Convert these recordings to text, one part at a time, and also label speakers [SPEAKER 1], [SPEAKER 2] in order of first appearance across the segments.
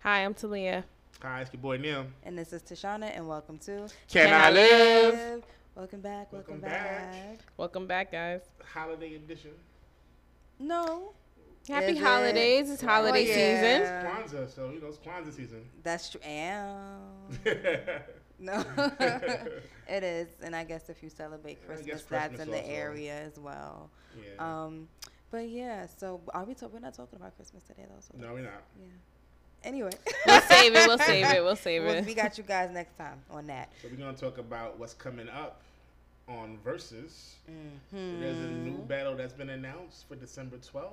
[SPEAKER 1] Hi, I'm Talia.
[SPEAKER 2] Hi, it's your boy Neil.
[SPEAKER 3] And this is Tashana, and welcome to
[SPEAKER 2] Can, I, live?
[SPEAKER 3] Welcome back,
[SPEAKER 2] Welcome
[SPEAKER 3] welcome, back.
[SPEAKER 2] back.
[SPEAKER 1] Welcome back, guys.
[SPEAKER 2] Holiday edition.
[SPEAKER 3] No,
[SPEAKER 1] Happy
[SPEAKER 3] Is it?
[SPEAKER 1] holidays. It's holiday
[SPEAKER 3] Oh,
[SPEAKER 1] season.
[SPEAKER 3] yeah.
[SPEAKER 2] It's Kwanzaa, so you know it's Kwanzaa season.
[SPEAKER 3] that's true. Am.
[SPEAKER 2] yeah,
[SPEAKER 3] No, it is. And I guess if you celebrate
[SPEAKER 2] I guess
[SPEAKER 3] Christmas, that's
[SPEAKER 2] Christmas
[SPEAKER 3] in the
[SPEAKER 2] also.
[SPEAKER 3] area as well. Um, but yeah, so are we? talk we're not talking about Christmas today, though. So
[SPEAKER 2] no, we're not.
[SPEAKER 3] Yeah. Anyway,
[SPEAKER 1] We'll save it. We'll save it. We'll save
[SPEAKER 3] Well, we
[SPEAKER 1] it.
[SPEAKER 3] got you guys next time on that.
[SPEAKER 2] So we're gonna talk about what's coming up on Versus.
[SPEAKER 3] Mm-hmm.
[SPEAKER 2] There's a new battle that's been announced for December 12th,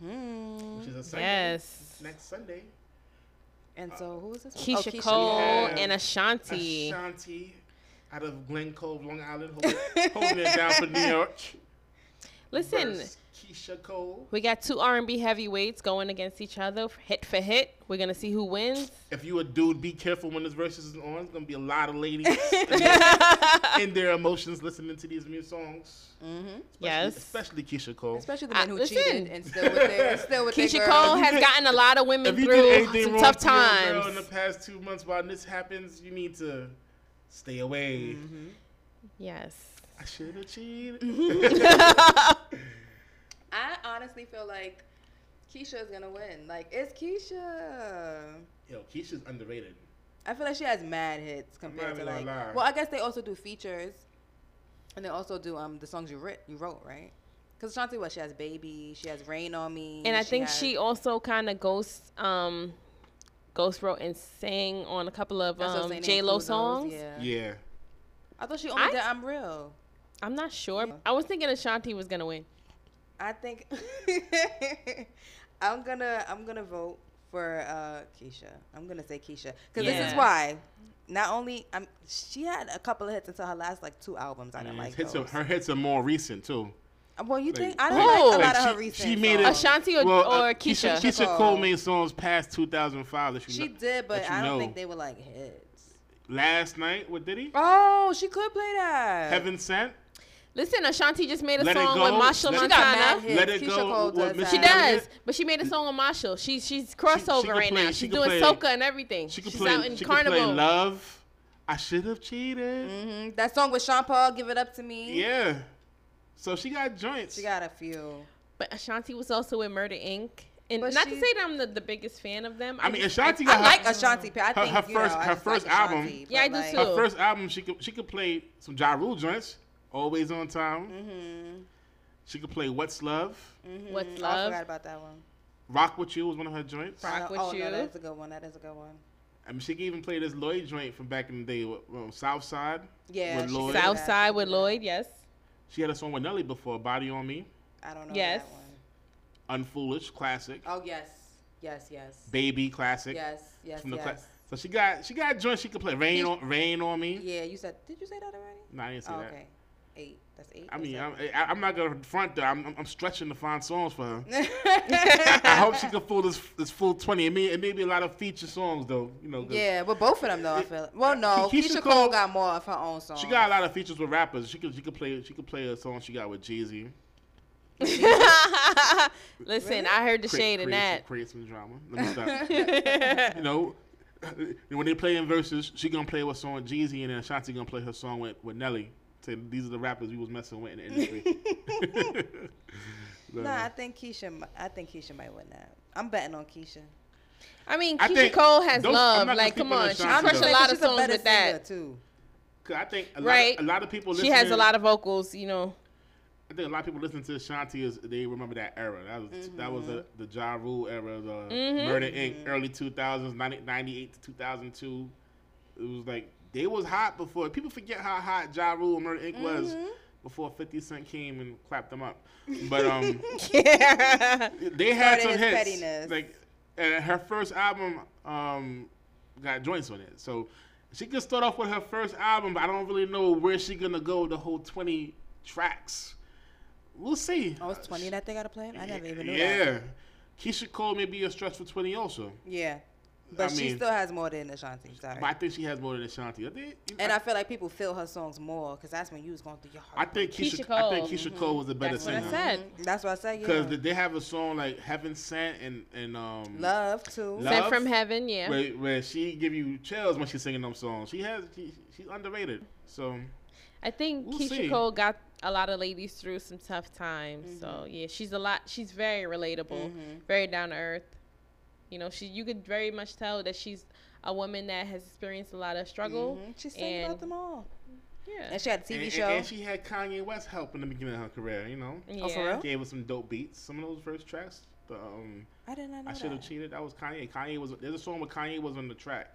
[SPEAKER 3] hmm
[SPEAKER 2] which is a Sunday.
[SPEAKER 1] Yes.
[SPEAKER 2] Next Sunday.
[SPEAKER 3] And
[SPEAKER 2] Uh,
[SPEAKER 3] so who is this? one?
[SPEAKER 1] Keisha
[SPEAKER 3] Oh, Keisha
[SPEAKER 1] Cole
[SPEAKER 2] Cole.
[SPEAKER 1] and Ashanti.
[SPEAKER 2] Ashanti out of Glen Cove, Long Island, holding, holding it down for New York.
[SPEAKER 1] Listen,
[SPEAKER 2] Versus Keisha Cole.
[SPEAKER 1] we got two R&B heavyweights going against each other, hit for hit. We're gonna see who wins.
[SPEAKER 2] If you a dude, be careful when this versus is on. It's gonna be a lot of ladies in their emotions listening to these new songs.
[SPEAKER 3] Mm-hmm.
[SPEAKER 2] Especially,
[SPEAKER 1] Yes.
[SPEAKER 2] especially Keisha Cole.
[SPEAKER 3] Especially the
[SPEAKER 1] I-
[SPEAKER 3] men who
[SPEAKER 1] listen.
[SPEAKER 3] cheated and still with their still with
[SPEAKER 1] Keisha
[SPEAKER 3] their
[SPEAKER 1] Cole
[SPEAKER 2] If you
[SPEAKER 1] has
[SPEAKER 2] did-
[SPEAKER 1] gotten a lot of women
[SPEAKER 2] if you
[SPEAKER 1] through
[SPEAKER 2] did anything
[SPEAKER 1] some
[SPEAKER 2] wrong
[SPEAKER 1] tough
[SPEAKER 2] to your girl in the
[SPEAKER 1] times.
[SPEAKER 2] past two months while this happens, you need to stay away.
[SPEAKER 3] Mm-hmm.
[SPEAKER 1] Yes.
[SPEAKER 2] I should have cheated.
[SPEAKER 3] Mm-hmm. I honestly feel like Keisha is gonna win. Like it's Keisha.
[SPEAKER 2] Yo, Keisha's underrated.
[SPEAKER 3] I feel like she has mad hits compared
[SPEAKER 2] not
[SPEAKER 3] to
[SPEAKER 2] gonna
[SPEAKER 3] like.
[SPEAKER 2] lie.
[SPEAKER 3] Well, I guess they also do features, and they also do um the songs you writ you wrote right. Because Ashanti, what she has, baby, she has rain on me,
[SPEAKER 1] and I think
[SPEAKER 3] has-
[SPEAKER 1] she also kind of ghost um ghost wrote and sang on a couple of
[SPEAKER 3] that's what I'm
[SPEAKER 1] um,
[SPEAKER 3] saying, they
[SPEAKER 1] J Lo
[SPEAKER 3] include those,
[SPEAKER 1] songs.
[SPEAKER 3] Yeah.
[SPEAKER 2] Yeah.
[SPEAKER 3] I thought she only
[SPEAKER 1] I-
[SPEAKER 3] did I'm real.
[SPEAKER 1] I'm not sure.
[SPEAKER 3] Yeah.
[SPEAKER 1] I was thinking Ashanti was gonna win.
[SPEAKER 3] I think I'm gonna I'm gonna vote for uh, Keisha. I'm gonna say Keisha because this
[SPEAKER 1] Yeah.
[SPEAKER 3] is why. Not only um, she had a couple of hits until her last like two albums. I didn't like
[SPEAKER 2] hits are,
[SPEAKER 3] those.
[SPEAKER 2] her hits are more recent too.
[SPEAKER 3] Well, you think I
[SPEAKER 2] Like-
[SPEAKER 3] didn't like a
[SPEAKER 1] Oh.
[SPEAKER 3] lot of
[SPEAKER 2] Like,
[SPEAKER 3] her
[SPEAKER 2] she-
[SPEAKER 3] recent.
[SPEAKER 2] she made it-
[SPEAKER 3] songs.
[SPEAKER 1] Ashanti or,
[SPEAKER 2] uh,
[SPEAKER 1] or Keisha.
[SPEAKER 2] Keisha,
[SPEAKER 3] Keisha
[SPEAKER 2] Cole
[SPEAKER 3] Cole.
[SPEAKER 2] made songs past 2005 that you
[SPEAKER 3] She
[SPEAKER 2] know-
[SPEAKER 3] did, but
[SPEAKER 2] that you
[SPEAKER 3] I don't
[SPEAKER 2] know.
[SPEAKER 3] think they were like hits.
[SPEAKER 2] Last night, what did he?
[SPEAKER 3] Oh, she could play that.
[SPEAKER 2] Heaven Sent.
[SPEAKER 1] Listen, Ashanti just made a
[SPEAKER 2] Let It
[SPEAKER 1] song
[SPEAKER 2] Go.
[SPEAKER 1] with Marshall
[SPEAKER 2] Let It- She
[SPEAKER 3] got mad
[SPEAKER 1] Montana.
[SPEAKER 3] hits.
[SPEAKER 2] Let It
[SPEAKER 3] Keisha
[SPEAKER 2] Go
[SPEAKER 3] Cole
[SPEAKER 2] with Miss
[SPEAKER 3] does that.
[SPEAKER 1] She
[SPEAKER 2] She
[SPEAKER 1] does,
[SPEAKER 2] did.
[SPEAKER 1] but she made a song with Marshall. She, she's crossover
[SPEAKER 2] can
[SPEAKER 1] right
[SPEAKER 2] play-
[SPEAKER 1] now.
[SPEAKER 2] she
[SPEAKER 1] She's
[SPEAKER 2] can
[SPEAKER 1] doing
[SPEAKER 2] play-
[SPEAKER 1] soca and everything.
[SPEAKER 2] She could
[SPEAKER 1] she's
[SPEAKER 2] play.
[SPEAKER 1] out in
[SPEAKER 2] she could
[SPEAKER 1] Carnival. Mm-hmm.
[SPEAKER 2] play Love. I should have cheated.
[SPEAKER 3] Mhm. That song with Sean Paul, "Give It Up to Me."
[SPEAKER 2] Yeah. So she got joints.
[SPEAKER 3] she got a few.
[SPEAKER 1] But Ashanti was also in Murder Inc. And
[SPEAKER 3] But
[SPEAKER 1] not to
[SPEAKER 3] she-
[SPEAKER 1] say that I'm the, the biggest fan of them.
[SPEAKER 2] I mean,
[SPEAKER 1] just-
[SPEAKER 2] Ashanti
[SPEAKER 3] I
[SPEAKER 2] got
[SPEAKER 3] like
[SPEAKER 2] her,
[SPEAKER 3] Ashanti. I
[SPEAKER 2] her-
[SPEAKER 3] think
[SPEAKER 2] her
[SPEAKER 3] you know,
[SPEAKER 2] first-
[SPEAKER 3] I
[SPEAKER 2] her
[SPEAKER 3] just
[SPEAKER 2] first
[SPEAKER 3] like
[SPEAKER 2] album.
[SPEAKER 3] Ashanti,
[SPEAKER 1] Yeah, I
[SPEAKER 3] but,
[SPEAKER 1] do
[SPEAKER 3] like,
[SPEAKER 1] too.
[SPEAKER 2] her first album. She could she could play some Ja Rule joints. Always on time.
[SPEAKER 1] Mm-hmm.
[SPEAKER 3] Mhm.
[SPEAKER 2] She could play What's Love.
[SPEAKER 1] What's
[SPEAKER 3] Mhm. I
[SPEAKER 1] Love?
[SPEAKER 3] forgot about that one.
[SPEAKER 2] Rock with You was one of her joints.
[SPEAKER 1] Mm-hmm. Rock
[SPEAKER 3] No,
[SPEAKER 1] With
[SPEAKER 3] oh,
[SPEAKER 1] You.
[SPEAKER 3] No, that's a good one. That is a good one.
[SPEAKER 2] I mean, she can even play this Lloyd joint from back in the day, with, um, Southside.
[SPEAKER 3] Yeah,
[SPEAKER 2] With
[SPEAKER 3] she
[SPEAKER 2] Lloyd.
[SPEAKER 3] did that. She
[SPEAKER 1] Southside
[SPEAKER 3] did
[SPEAKER 1] with
[SPEAKER 3] that.
[SPEAKER 1] Lloyd, yes.
[SPEAKER 2] She had a song with Nelly before, Body on Me,
[SPEAKER 3] I don't know
[SPEAKER 1] Yes.
[SPEAKER 3] that one.
[SPEAKER 2] Unfoolish, classic,
[SPEAKER 3] Oh yes, yes, yes,
[SPEAKER 2] Baby, classic.
[SPEAKER 3] yes, yes,
[SPEAKER 2] from the
[SPEAKER 3] yes.
[SPEAKER 2] cla- so she got she got joints. She could play Rain
[SPEAKER 3] She-
[SPEAKER 2] on Rain on Me.
[SPEAKER 3] Yeah, you said. Did you say that already?
[SPEAKER 2] No, I didn't say
[SPEAKER 3] Oh,
[SPEAKER 2] that.
[SPEAKER 3] okay, eight. That's eight.
[SPEAKER 2] I
[SPEAKER 3] or
[SPEAKER 2] mean, I'm,
[SPEAKER 3] seven?
[SPEAKER 2] I, I'm not gonna front though. I'm, I'm- I'm stretching to find songs for her. I hope she can pull this this full twenty. And me, and maybe a lot of feature songs though. You know, 'cause
[SPEAKER 3] Yeah, but both of them though. I feel. Well, no,
[SPEAKER 2] Keisha
[SPEAKER 3] Keisha, Cole,
[SPEAKER 2] Cole-
[SPEAKER 3] got more of her own songs.
[SPEAKER 2] she got a lot of features with rappers. She could she could play she could play a song she got with Jeezy.
[SPEAKER 1] Listen, I heard the
[SPEAKER 2] Create-
[SPEAKER 1] shade in
[SPEAKER 2] create some-
[SPEAKER 1] that.
[SPEAKER 2] create some drama. Let me stop. you know, when they play in verses, she gonna play what song Jeezy, and then Ashanti gonna play her song with, with Nelly. Say these are the rappers we was messing with in the industry. So,
[SPEAKER 3] Nah, I think Keisha. m- I think Keisha might win that. I'm betting on Keisha.
[SPEAKER 1] I mean,
[SPEAKER 2] I
[SPEAKER 1] Keisha
[SPEAKER 2] think-
[SPEAKER 1] Cole has
[SPEAKER 2] don't- I'm
[SPEAKER 1] love.
[SPEAKER 2] not gonna
[SPEAKER 1] Like,
[SPEAKER 2] speak
[SPEAKER 1] come
[SPEAKER 2] on
[SPEAKER 1] on, she
[SPEAKER 2] Ashanti,
[SPEAKER 1] crushed a
[SPEAKER 2] though.
[SPEAKER 1] lot of
[SPEAKER 3] She's a
[SPEAKER 1] songs
[SPEAKER 3] better
[SPEAKER 1] with
[SPEAKER 3] singer,
[SPEAKER 1] that.
[SPEAKER 3] too.
[SPEAKER 2] 'cause I think a
[SPEAKER 1] Right.
[SPEAKER 2] lot, a lot of people.
[SPEAKER 1] She has a
[SPEAKER 2] listening-
[SPEAKER 1] lot of vocals, you know.
[SPEAKER 2] I think a lot of people listening to Ashanti is they remember that era. That was
[SPEAKER 1] Mm-hmm.
[SPEAKER 2] that was the, the Ja Rule era, the
[SPEAKER 1] Mhm.
[SPEAKER 2] Murder Inc. early 2000s, 90, 98 to 2002. It was like they was hot before. People forget how hot Ja Rule and Murder Inc. was
[SPEAKER 1] Mm-hmm.
[SPEAKER 2] before 50 Cent came and clapped them up. But um, they had
[SPEAKER 3] Started
[SPEAKER 2] some
[SPEAKER 3] his
[SPEAKER 2] hits.
[SPEAKER 3] pettiness.
[SPEAKER 2] Like and her first album um got joints on it, so she could start off with her first album. But I don't really know where she gonna go. with The whole 20 tracks. We'll see.
[SPEAKER 3] Oh, it's 20 that they got to play? I never even knew
[SPEAKER 2] Yeah.
[SPEAKER 3] that.
[SPEAKER 2] Keisha Cole may be a stretch for 20 also.
[SPEAKER 3] Yeah. But
[SPEAKER 2] I
[SPEAKER 3] she
[SPEAKER 2] mean,
[SPEAKER 3] still has more than Ashanti. Sorry.
[SPEAKER 2] but I think she has more than Ashanti. I think,
[SPEAKER 3] and I feel like people feel her songs more because that's when you was going through your
[SPEAKER 2] I
[SPEAKER 3] heart.
[SPEAKER 2] think
[SPEAKER 1] Keisha
[SPEAKER 2] Keisha, I think
[SPEAKER 1] Cole.
[SPEAKER 3] Mm-hmm.
[SPEAKER 2] Keisha Cole was a better
[SPEAKER 1] That's what I
[SPEAKER 2] singer.
[SPEAKER 1] said.
[SPEAKER 3] That's what I said.
[SPEAKER 2] Because
[SPEAKER 3] Yeah.
[SPEAKER 2] they have a song like "Heaven Sent" and and um,
[SPEAKER 3] Love too.
[SPEAKER 2] Love.
[SPEAKER 1] Sent from heaven, yeah.
[SPEAKER 2] where, where she give you chills when she's singing them songs. She has she, she's underrated. So
[SPEAKER 1] I think
[SPEAKER 2] We'll
[SPEAKER 1] Keisha
[SPEAKER 2] see.
[SPEAKER 1] Cole got a lot of ladies through some tough times. So yeah, she's a lot. She's very relatable, very down to earth. You know, she you could very much tell that she's a woman that has experienced a lot of struggle.
[SPEAKER 3] Mhm. She sang about
[SPEAKER 1] and-
[SPEAKER 3] them all.
[SPEAKER 1] Yeah.
[SPEAKER 3] And she had a
[SPEAKER 2] and,
[SPEAKER 3] TV
[SPEAKER 2] and-
[SPEAKER 3] show.
[SPEAKER 2] and, she had Kanye West help in the beginning of her career. You know,
[SPEAKER 1] yeah.
[SPEAKER 3] Oh, for real?
[SPEAKER 2] gave us some dope beats. Some of those first tracks. The, um,
[SPEAKER 3] I did not know
[SPEAKER 2] I should have
[SPEAKER 3] that.
[SPEAKER 2] cheated. That was Kanye. Kanye was there's a song where Kanye was on the track.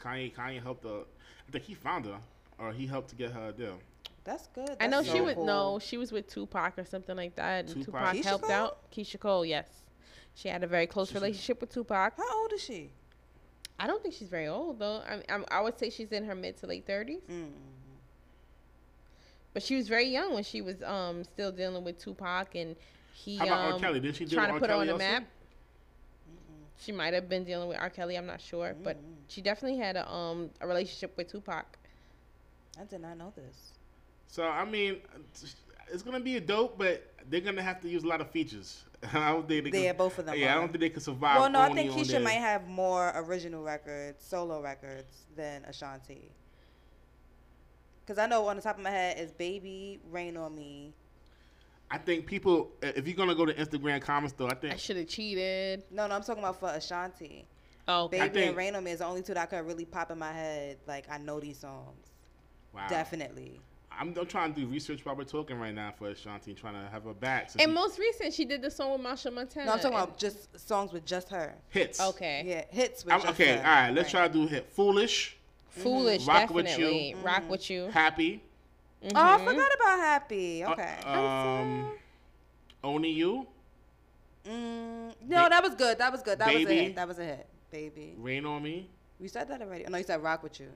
[SPEAKER 2] Kanye Kanye helped her. I think he found her or he helped to get her a deal.
[SPEAKER 3] That's good.
[SPEAKER 1] I know
[SPEAKER 3] That's
[SPEAKER 1] she
[SPEAKER 3] so
[SPEAKER 1] would
[SPEAKER 3] cool.
[SPEAKER 1] no, she was with Tupac or something like that. And
[SPEAKER 2] Tupac.
[SPEAKER 1] Tupac,
[SPEAKER 3] Keisha
[SPEAKER 1] helped
[SPEAKER 3] Cole?
[SPEAKER 1] out Keisha Cole. Yes, she had a very close relationship with Tupac.
[SPEAKER 3] How old is she?
[SPEAKER 1] I don't think she's very old though. I I'm, I would say she's in her mid to late thirties,
[SPEAKER 3] Mm.
[SPEAKER 1] but she was very young when she was um still dealing with Tupac and he
[SPEAKER 2] How about
[SPEAKER 1] um,
[SPEAKER 2] R. Kelly? Did she do
[SPEAKER 1] trying to
[SPEAKER 2] R.
[SPEAKER 1] put her
[SPEAKER 2] Kelly
[SPEAKER 1] on the
[SPEAKER 2] also?
[SPEAKER 1] map. She might have been dealing with R. Kelly. I'm not sure, but she definitely had a um a relationship with Tupac.
[SPEAKER 3] I did not know this.
[SPEAKER 2] So I mean, it's gonna be a dope, but they're gonna have to use a lot of features. I don't think they
[SPEAKER 3] Yeah,
[SPEAKER 2] can,
[SPEAKER 3] both of them
[SPEAKER 2] Yeah, I
[SPEAKER 3] are.
[SPEAKER 2] don't think they can survive.
[SPEAKER 3] well, no, I
[SPEAKER 2] only
[SPEAKER 3] think
[SPEAKER 2] on
[SPEAKER 3] Keisha
[SPEAKER 2] their-
[SPEAKER 3] might have more original records, solo records, than Ashanti. Because I know on the top of my head is Baby, Rain on Me.
[SPEAKER 2] I think people, if you're gonna go to Instagram comments, though, I
[SPEAKER 1] I
[SPEAKER 2] think
[SPEAKER 1] should have cheated.
[SPEAKER 3] No, no, I'm talking about for Ashanti.
[SPEAKER 1] Oh, okay.
[SPEAKER 3] Baby
[SPEAKER 2] think-
[SPEAKER 3] and Rain on Me is the only two that could really pop in my head. Like, I know these songs.
[SPEAKER 2] wow.
[SPEAKER 3] Definitely.
[SPEAKER 2] I'm, I'm trying to do research while we're talking right now for Ashanti, trying to have her back. since
[SPEAKER 1] and
[SPEAKER 2] she-
[SPEAKER 1] most recent, she did the song with Marsha Montana.
[SPEAKER 3] No, I'm talking
[SPEAKER 1] and-
[SPEAKER 3] about just songs with just her.
[SPEAKER 2] hits.
[SPEAKER 1] okay.
[SPEAKER 3] Yeah, hits with
[SPEAKER 2] I'm,
[SPEAKER 3] just
[SPEAKER 2] okay.
[SPEAKER 3] her.
[SPEAKER 2] All right. Let's try to do hit. Foolish,
[SPEAKER 3] Mm-hmm.
[SPEAKER 1] Foolish,
[SPEAKER 2] Rock with
[SPEAKER 1] definitely.
[SPEAKER 2] You.
[SPEAKER 1] Rock with you.
[SPEAKER 2] happy.
[SPEAKER 3] Oh, I
[SPEAKER 1] Mm-hmm.
[SPEAKER 3] forgot about Happy.
[SPEAKER 2] uh,
[SPEAKER 3] Okay.
[SPEAKER 2] um, only you.
[SPEAKER 3] Mm, no, that was good. That was good. That was a
[SPEAKER 2] Baby.
[SPEAKER 3] hit. That was a hit. Baby.
[SPEAKER 2] Rain on me.
[SPEAKER 3] You said that already. Oh, no, you said rock with you.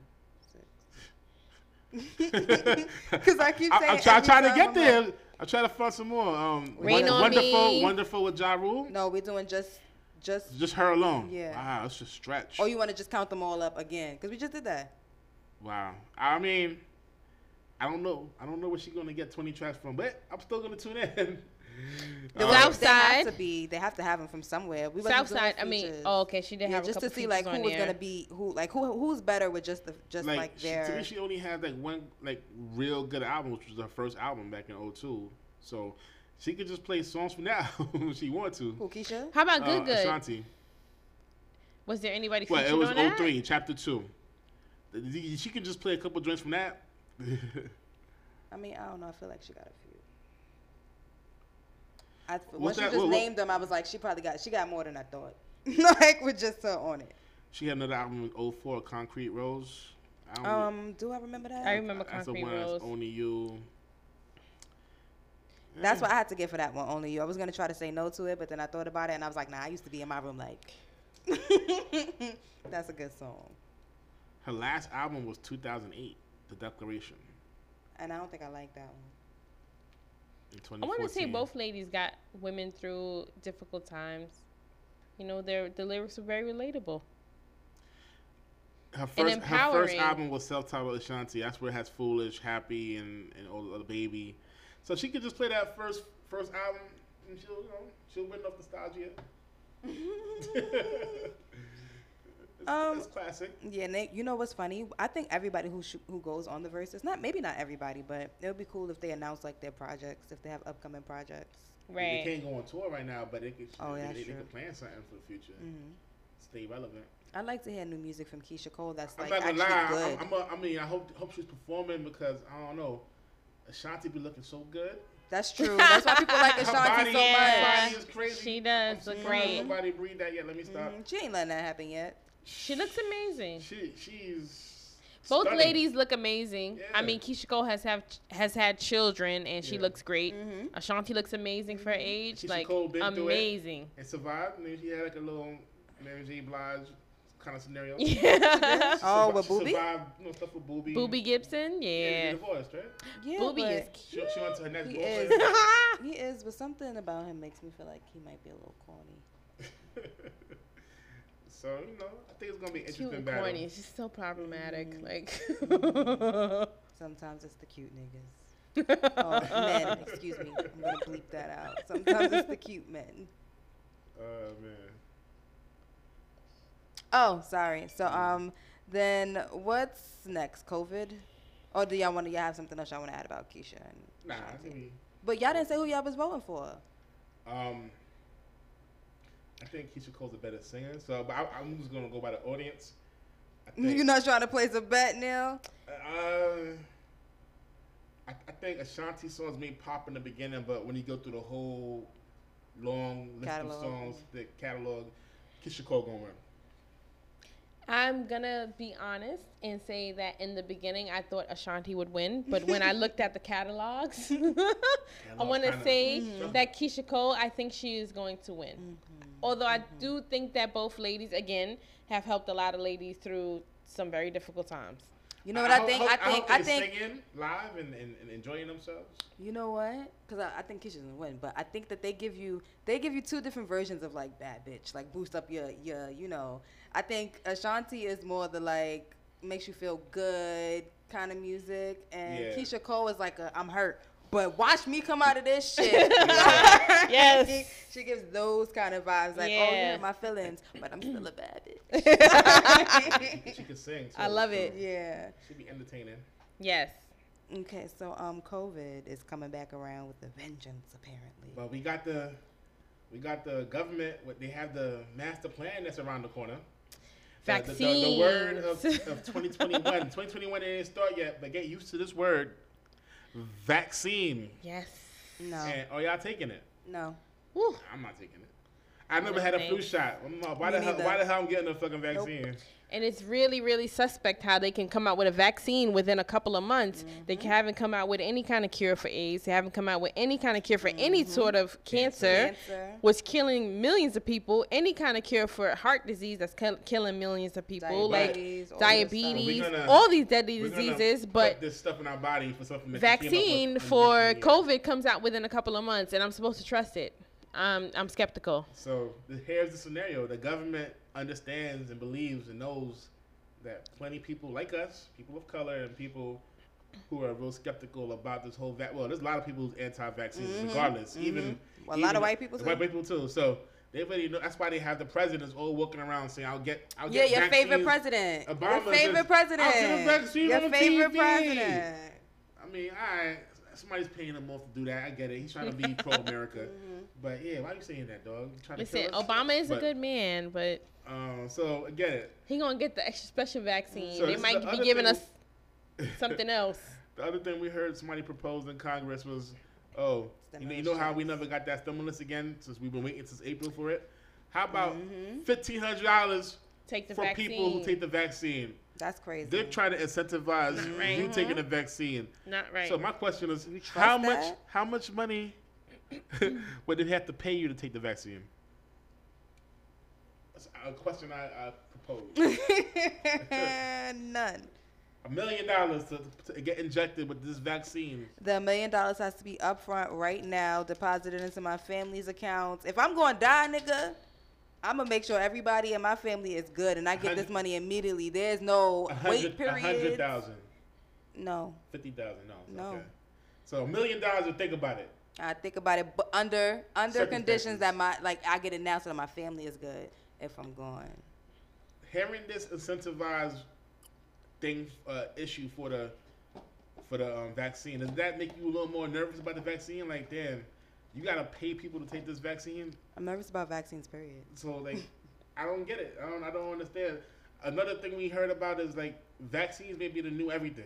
[SPEAKER 3] Because I keep saying.
[SPEAKER 2] I, am try,
[SPEAKER 3] every
[SPEAKER 2] trying to
[SPEAKER 3] time
[SPEAKER 2] get
[SPEAKER 3] I'm
[SPEAKER 2] there.
[SPEAKER 3] like,
[SPEAKER 2] I'm trying to find some more. Um,
[SPEAKER 1] Rain
[SPEAKER 2] Wonder-
[SPEAKER 1] on
[SPEAKER 2] wonderful,
[SPEAKER 1] Me.
[SPEAKER 2] wonderful with Ja Rule.
[SPEAKER 3] no, we're doing just, just.
[SPEAKER 2] Just her alone.
[SPEAKER 3] Yeah.
[SPEAKER 2] Wow, that's a stretch.
[SPEAKER 3] Or you want to just count them all up again? Because we just did that.
[SPEAKER 2] wow. I mean, I don't know. I don't know where she's gonna get 20 tracks from, but I'm still gonna tune in.
[SPEAKER 1] The
[SPEAKER 2] Uh,
[SPEAKER 1] South
[SPEAKER 3] They have
[SPEAKER 1] Side.
[SPEAKER 3] to be. They have to have them from somewhere. We wasn't doing
[SPEAKER 1] Southside. I mean,
[SPEAKER 3] features.
[SPEAKER 1] oh, okay. She did
[SPEAKER 3] yeah,
[SPEAKER 1] have
[SPEAKER 3] just
[SPEAKER 1] a couple
[SPEAKER 3] to see like
[SPEAKER 1] features
[SPEAKER 3] who
[SPEAKER 1] on
[SPEAKER 3] was
[SPEAKER 1] there.
[SPEAKER 3] gonna be who, like who who's better with just the just like,
[SPEAKER 2] like, she,
[SPEAKER 3] their.
[SPEAKER 2] to me, she only had like one like real good album, which was her first album back in 02. So she could just play songs from now if she want to.
[SPEAKER 3] who Keisha?
[SPEAKER 1] How about Good
[SPEAKER 2] Uh,
[SPEAKER 1] Good?
[SPEAKER 2] Ashanti.
[SPEAKER 1] Was there anybody
[SPEAKER 2] Well,
[SPEAKER 1] featured
[SPEAKER 2] it was
[SPEAKER 1] on that?
[SPEAKER 2] 03, chapter two. She could just play a couple joints from that.
[SPEAKER 3] I mean, I don't know. I feel like she got a few. I,
[SPEAKER 2] What's
[SPEAKER 3] once you
[SPEAKER 2] that-
[SPEAKER 3] just
[SPEAKER 2] what- what-
[SPEAKER 3] named them, I was like, she probably got she got more than I thought. like with just her on it.
[SPEAKER 2] she had another album in 04, Concrete Rose. I don't really-
[SPEAKER 3] Um, do I remember that?
[SPEAKER 1] I remember
[SPEAKER 2] that's the
[SPEAKER 1] Concrete
[SPEAKER 2] one
[SPEAKER 1] Rose.
[SPEAKER 2] that's only you.
[SPEAKER 3] That's what I had to get for that one. Only you. I was gonna try to say no to it, but then I thought about it and I was like, nah. I used to be in my room like. That's a good song,
[SPEAKER 2] Her last album was 2008, The Declaration.
[SPEAKER 3] and I don't think I like that one.
[SPEAKER 2] in
[SPEAKER 1] I want to say
[SPEAKER 2] 2014.
[SPEAKER 1] both ladies got women through difficult times. You know, their the lyrics were very relatable.
[SPEAKER 2] Her first, her first
[SPEAKER 1] empowering.
[SPEAKER 2] album was self-titled Ashanti. That's where it has Foolish, Happy, and and all the other baby. So she could just play that first first album, and she'll you know she'll win off nostalgia. it's,
[SPEAKER 3] Um,
[SPEAKER 2] it's classic.
[SPEAKER 3] Yeah, Nate. You know what's funny? I think everybody who sh- who goes on the verses, not maybe not everybody, but it would be cool if they announce like their projects, if they have upcoming projects.
[SPEAKER 1] Right.
[SPEAKER 2] They can't go on tour right now, but they could.
[SPEAKER 3] Oh,
[SPEAKER 2] they,
[SPEAKER 3] yeah, Mm-hmm.
[SPEAKER 2] they, they
[SPEAKER 3] true.
[SPEAKER 2] could plan something for the future. Stay relevant.
[SPEAKER 3] I like to hear new music from Keisha Cole. That's
[SPEAKER 2] I'm
[SPEAKER 3] like
[SPEAKER 2] not
[SPEAKER 3] actually
[SPEAKER 2] gonna lie.
[SPEAKER 3] good.
[SPEAKER 2] I'm, I'm a, I mean, I hope hope she's performing because I don't know. Ashanti be looking so good.
[SPEAKER 3] That's true. That's why people like
[SPEAKER 2] Her
[SPEAKER 3] Ashanti
[SPEAKER 2] body,
[SPEAKER 3] so
[SPEAKER 2] her
[SPEAKER 1] Yeah.
[SPEAKER 3] much.
[SPEAKER 2] body is crazy.
[SPEAKER 1] She does
[SPEAKER 2] I'm
[SPEAKER 1] look
[SPEAKER 2] surprised
[SPEAKER 1] great. Mm-hmm.
[SPEAKER 2] Nobody breathed that yet. Let me stop.
[SPEAKER 3] Mhm. She ain't letting that happen yet.
[SPEAKER 1] She looks amazing.
[SPEAKER 2] She she's
[SPEAKER 1] Both
[SPEAKER 2] stunning.
[SPEAKER 1] ladies look amazing. I
[SPEAKER 2] Yeah.
[SPEAKER 1] mean, Keisha Cole has have has had children and she
[SPEAKER 2] Yeah. Mm-hmm.
[SPEAKER 1] looks great. Ashanti looks amazing for her age,
[SPEAKER 2] Keisha
[SPEAKER 1] like
[SPEAKER 2] Cole been through it.
[SPEAKER 1] amazing.
[SPEAKER 2] and survived. And then she had like a little Mary J. Blige kind of scenario. She
[SPEAKER 1] Yeah.
[SPEAKER 3] Oh,
[SPEAKER 2] survi-
[SPEAKER 3] with
[SPEAKER 2] she
[SPEAKER 3] Boobie?
[SPEAKER 2] survived, you know, stuff with Boobie.
[SPEAKER 1] Booby Gibson,
[SPEAKER 2] Yeah,
[SPEAKER 1] yeah.
[SPEAKER 2] the divorced, right?
[SPEAKER 3] Yeah,
[SPEAKER 1] Booby
[SPEAKER 3] but
[SPEAKER 1] is
[SPEAKER 2] She, she went to her next
[SPEAKER 3] He
[SPEAKER 2] boyfriend.
[SPEAKER 3] is. he is, but something about him makes me feel like he might be a little corny.
[SPEAKER 2] so So you know, I think it's gonna be an
[SPEAKER 1] Cute
[SPEAKER 2] interesting
[SPEAKER 1] and
[SPEAKER 2] battle.
[SPEAKER 1] corny. She's so problematic. Like.
[SPEAKER 2] Mm-hmm.
[SPEAKER 3] Sometimes it's the cute niggas. oh, men. Excuse me. I'm gonna bleep that out. Sometimes it's the cute men.
[SPEAKER 2] Oh man.
[SPEAKER 3] Oh, sorry. So um, then what's next? COVID. Or do y'all want to y'all have something else y'all want to add about Keisha? And
[SPEAKER 2] Nah, I
[SPEAKER 3] Ashanti?
[SPEAKER 2] think we-
[SPEAKER 3] But y'all didn't say who y'all was voting for.
[SPEAKER 2] Um, I think Keisha Cole's a better singer. So, but I, I'm just gonna go by the audience. I think,
[SPEAKER 3] You're not trying to place a bet now.
[SPEAKER 2] Uh, I, I think Ashanti songs may pop in the beginning, but when you go through the whole long list
[SPEAKER 3] Catalog.
[SPEAKER 2] of songs, the catalog, Keisha Cole gonna win.
[SPEAKER 1] I'm gonna be honest and say that in the beginning I thought Ashanti would win, but when I looked at the catalogs, I want to
[SPEAKER 2] Catalog
[SPEAKER 1] say
[SPEAKER 2] kinda-
[SPEAKER 1] that Keisha Cole, I think she is going to win. Although I do think that both ladies, again, have helped a lot of ladies through some very difficult times.
[SPEAKER 3] You know what I,
[SPEAKER 2] hope-
[SPEAKER 3] think?
[SPEAKER 2] hope-
[SPEAKER 3] I think.
[SPEAKER 2] hope
[SPEAKER 3] I
[SPEAKER 2] they're
[SPEAKER 3] think.
[SPEAKER 2] singing live and, and, and enjoying themselves.
[SPEAKER 3] You know what? Because I, I think Keisha's gonna win, but I think that they give you they give you two different versions of like bad bitch, like boost up your your you know. I think Ashanti is more the like makes you feel good kind of music, and
[SPEAKER 2] Yeah.
[SPEAKER 3] Keisha Cole is like a I'm hurt, but watch me come out of this shit.
[SPEAKER 1] Yes.
[SPEAKER 3] She, she gives those kind of vibes, like oh
[SPEAKER 1] Yeah.
[SPEAKER 3] yeah, my feelings, but I'm still a bad bitch.
[SPEAKER 2] She can sing.
[SPEAKER 1] I
[SPEAKER 2] so-
[SPEAKER 1] love
[SPEAKER 2] so
[SPEAKER 1] it.
[SPEAKER 3] yeah.
[SPEAKER 2] She'd be entertaining.
[SPEAKER 1] Yes.
[SPEAKER 3] Okay, so um, COVID is coming back around with a vengeance, apparently.
[SPEAKER 2] But we got the we got the government. what- They have the master plan that's around the corner. The- the- The, the, word of,
[SPEAKER 1] Vaccines.
[SPEAKER 2] of 2021. 2021 didn't start yet, but get used to this word, vaccine.
[SPEAKER 1] Yes.
[SPEAKER 3] No,
[SPEAKER 2] And are y'all taking it?
[SPEAKER 3] no.
[SPEAKER 1] Woo.
[SPEAKER 2] I'm not taking it. I never had a flu
[SPEAKER 1] thanks.
[SPEAKER 2] shot. I'm not- Why
[SPEAKER 3] Me
[SPEAKER 2] the hell?
[SPEAKER 3] neither.
[SPEAKER 2] Why the hell I'm getting a fucking vaccine?
[SPEAKER 1] And it's really, really suspect how they can come out with a vaccine within a couple of months. They
[SPEAKER 3] Mm-hmm.
[SPEAKER 1] haven't come out with any kind of cure for AIDS. They haven't come out with any kind of cure for any sort of cancer,
[SPEAKER 3] Mm-hmm. Cancer.
[SPEAKER 1] was killing millions of people. Any kind of cure for heart disease that's kill- killing millions of people,
[SPEAKER 3] Diabetes, all
[SPEAKER 1] like
[SPEAKER 3] this stuff. But
[SPEAKER 1] diabetes,
[SPEAKER 2] we're gonna-
[SPEAKER 1] all these deadly
[SPEAKER 2] We're gonna
[SPEAKER 1] diseases.
[SPEAKER 2] put
[SPEAKER 1] But
[SPEAKER 2] this stuff in our body for something. that they came up with
[SPEAKER 1] vaccine
[SPEAKER 2] in
[SPEAKER 1] for
[SPEAKER 2] the-
[SPEAKER 1] COVID comes out within a couple of months, and I'm supposed to trust it. Um, I'm skeptical.
[SPEAKER 2] So the, here's the scenario: the government understands and believes and knows that plenty of people like us, people of color, and people who are real skeptical about this whole vac. Well, there's a lot of people who's anti-vaccine, regardless. Even
[SPEAKER 3] Well, Mm-hmm. a lot of
[SPEAKER 2] even-
[SPEAKER 3] white people
[SPEAKER 2] White
[SPEAKER 3] too.
[SPEAKER 2] people too. So they already know. That's why they have the presidents all walking around saying, "I'll get, I'll
[SPEAKER 3] Yeah,
[SPEAKER 2] get."
[SPEAKER 3] your favorite
[SPEAKER 2] vaccines."
[SPEAKER 3] president.
[SPEAKER 2] Obama
[SPEAKER 3] your favorite
[SPEAKER 2] says,
[SPEAKER 3] president.
[SPEAKER 2] "I'll get a vaccine
[SPEAKER 3] your
[SPEAKER 2] on
[SPEAKER 3] favorite
[SPEAKER 2] TV."
[SPEAKER 3] president.
[SPEAKER 2] I mean, all right. Somebody's paying him off to do that. I get it. He's trying to be pro-America,
[SPEAKER 3] Mm-hmm.
[SPEAKER 2] but yeah, why you saying that, dog? You trying
[SPEAKER 1] Listen,
[SPEAKER 2] to kill us?
[SPEAKER 1] Obama is a
[SPEAKER 2] But,
[SPEAKER 1] good man, but
[SPEAKER 2] Um, so I get it.
[SPEAKER 1] he gonna get the extra special vaccine.
[SPEAKER 2] So
[SPEAKER 1] they
[SPEAKER 2] this is
[SPEAKER 1] might be
[SPEAKER 2] the other
[SPEAKER 1] giving
[SPEAKER 2] thing-
[SPEAKER 1] us something else.
[SPEAKER 2] The other thing we heard somebody proposed in Congress was, oh, you know, you know
[SPEAKER 3] Stimulus
[SPEAKER 2] how we never got that stimulus again since we've been waiting since April for it. How about fifteen hundred dollars
[SPEAKER 1] Take Mm-hmm. the
[SPEAKER 2] for
[SPEAKER 1] vaccine.
[SPEAKER 2] people who take the vaccine?
[SPEAKER 3] That's crazy.
[SPEAKER 2] They're trying to incentivize
[SPEAKER 1] right.
[SPEAKER 2] you taking the vaccine.
[SPEAKER 1] Not right.
[SPEAKER 2] So my question is,
[SPEAKER 3] You trust
[SPEAKER 2] how much?
[SPEAKER 3] that?
[SPEAKER 2] How much money would they have to pay you to take the vaccine? That's a question I, I propose.
[SPEAKER 3] None.
[SPEAKER 2] a million dollars to, to get injected with this vaccine.
[SPEAKER 3] The million dollars has to be upfront right now, deposited into my family's accounts. If I'm going to die, nigga, I'm gonna make sure everybody in my family is good, and I get this
[SPEAKER 2] hundred-
[SPEAKER 3] money immediately. There's no
[SPEAKER 2] A
[SPEAKER 3] wait
[SPEAKER 2] hundred, a hundred
[SPEAKER 3] period.
[SPEAKER 2] thousand.
[SPEAKER 3] No,
[SPEAKER 2] Fifty thousand, no. it's
[SPEAKER 3] No.
[SPEAKER 2] Okay. So a million dollars. Think about it.
[SPEAKER 3] I think about it, but under under
[SPEAKER 2] Circumstances.
[SPEAKER 3] conditions that my like I get it now, so that my family is good if I'm going.
[SPEAKER 2] Hearing this incentivized thing uh, issue for the for the um, vaccine does that make you a little more nervous about the vaccine? Like, damn, you gotta pay people to take this vaccine.
[SPEAKER 3] I'm nervous about vaccines. Period.
[SPEAKER 2] So like, I don't get it. I don't. I don't understand. Another thing we heard about is like vaccines may be the new everything.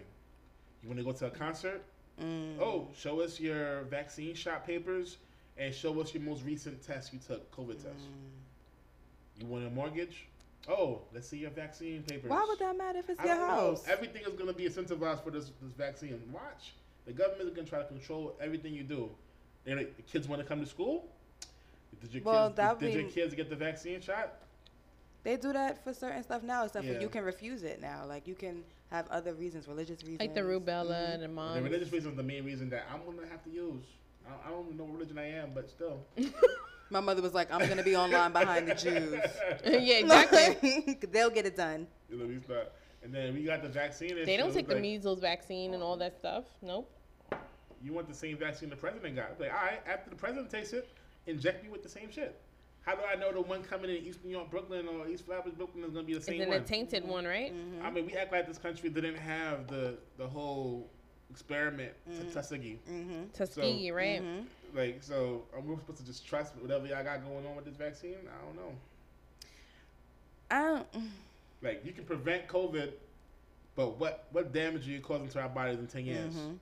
[SPEAKER 2] You want to go to a concert?
[SPEAKER 3] Mm.
[SPEAKER 2] Oh, show us your vaccine shot papers and show us your most recent test you took, COVID test.
[SPEAKER 3] Mm.
[SPEAKER 2] You want a mortgage? Oh, let's see your vaccine papers.
[SPEAKER 3] Why would that matter if it's
[SPEAKER 2] I
[SPEAKER 3] your
[SPEAKER 2] don't know.
[SPEAKER 3] house?
[SPEAKER 2] Everything is going to be incentivized for this this vaccine. Watch, the government is going to try to control everything you do. They're like, the kids want to come to school. Did your
[SPEAKER 3] Well,
[SPEAKER 2] kids,
[SPEAKER 3] that
[SPEAKER 2] did your
[SPEAKER 3] mean-
[SPEAKER 2] kids get the vaccine shot?
[SPEAKER 3] they do that for certain stuff now, except for
[SPEAKER 2] Yeah.
[SPEAKER 3] you can refuse it now. Like you can have other reasons, religious reasons.
[SPEAKER 1] like the rubella and the
[SPEAKER 2] the
[SPEAKER 3] Um,
[SPEAKER 1] mom.
[SPEAKER 2] religious reason is the main reason that I'm gonna have to use. I don't, I don't even know what religion I am, but still,
[SPEAKER 3] My mother was like, I'm gonna be online behind the Jews.
[SPEAKER 1] yeah, exactly.
[SPEAKER 3] They'll get it done.
[SPEAKER 2] You know, we start- And then we got the vaccine. And
[SPEAKER 1] they
[SPEAKER 2] shit, it
[SPEAKER 1] don't
[SPEAKER 2] was
[SPEAKER 1] take the
[SPEAKER 2] like,
[SPEAKER 1] measles vaccine and all that stuff. Nope.
[SPEAKER 2] You want the same vaccine the president got? Like, all right, after the president takes it, inject me with the same shit. How do I know the one coming in East New York, Brooklyn, or East Flatbush, Brooklyn is gonna be the
[SPEAKER 1] It's
[SPEAKER 2] same
[SPEAKER 1] an
[SPEAKER 2] one?
[SPEAKER 1] tainted one, right?
[SPEAKER 3] Mm-hmm.
[SPEAKER 2] I mean, we act like this country didn't have the the whole experiment to Tuskegee.
[SPEAKER 1] Tuskegee, right?
[SPEAKER 3] Mm-hmm.
[SPEAKER 2] Like, so are we supposed to just trust whatever y'all got going on with this vaccine? I don't know.
[SPEAKER 3] I don't. mm,
[SPEAKER 2] Like, you can prevent COVID, but what what damage are you causing to our bodies in ten years?
[SPEAKER 3] mm-hmm.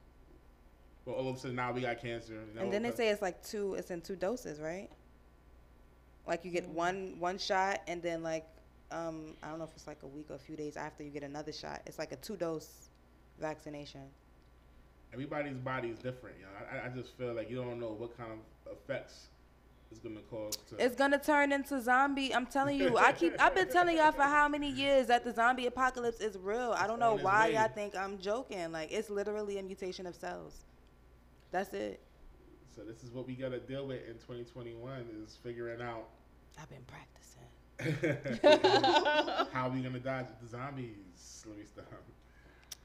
[SPEAKER 2] Well, all of a sudden now we got cancer. now
[SPEAKER 3] And then they
[SPEAKER 2] we're-
[SPEAKER 3] say it's like two. It's in two doses, right? Like you get one one shot, and then like um, I don't know if it's like a week or a few days after you get another shot. It's like a two dose vaccination.
[SPEAKER 2] everybody's body is different. You know, I- I, I just feel like you don't know what kind of effects it's gonna cause. To,
[SPEAKER 3] It's gonna turn into zombie. I'm telling you. I keep. I've been telling y'all for how many years that the zombie apocalypse is real. I don't know
[SPEAKER 2] On its
[SPEAKER 3] why
[SPEAKER 2] way.
[SPEAKER 3] y'all think I'm joking. Like it's literally a mutation of cells. That's it.
[SPEAKER 2] so this is what we gotta deal with in 2021 is figuring out
[SPEAKER 3] I've been practicing.
[SPEAKER 2] how we gonna dodge the zombies. Let me stop.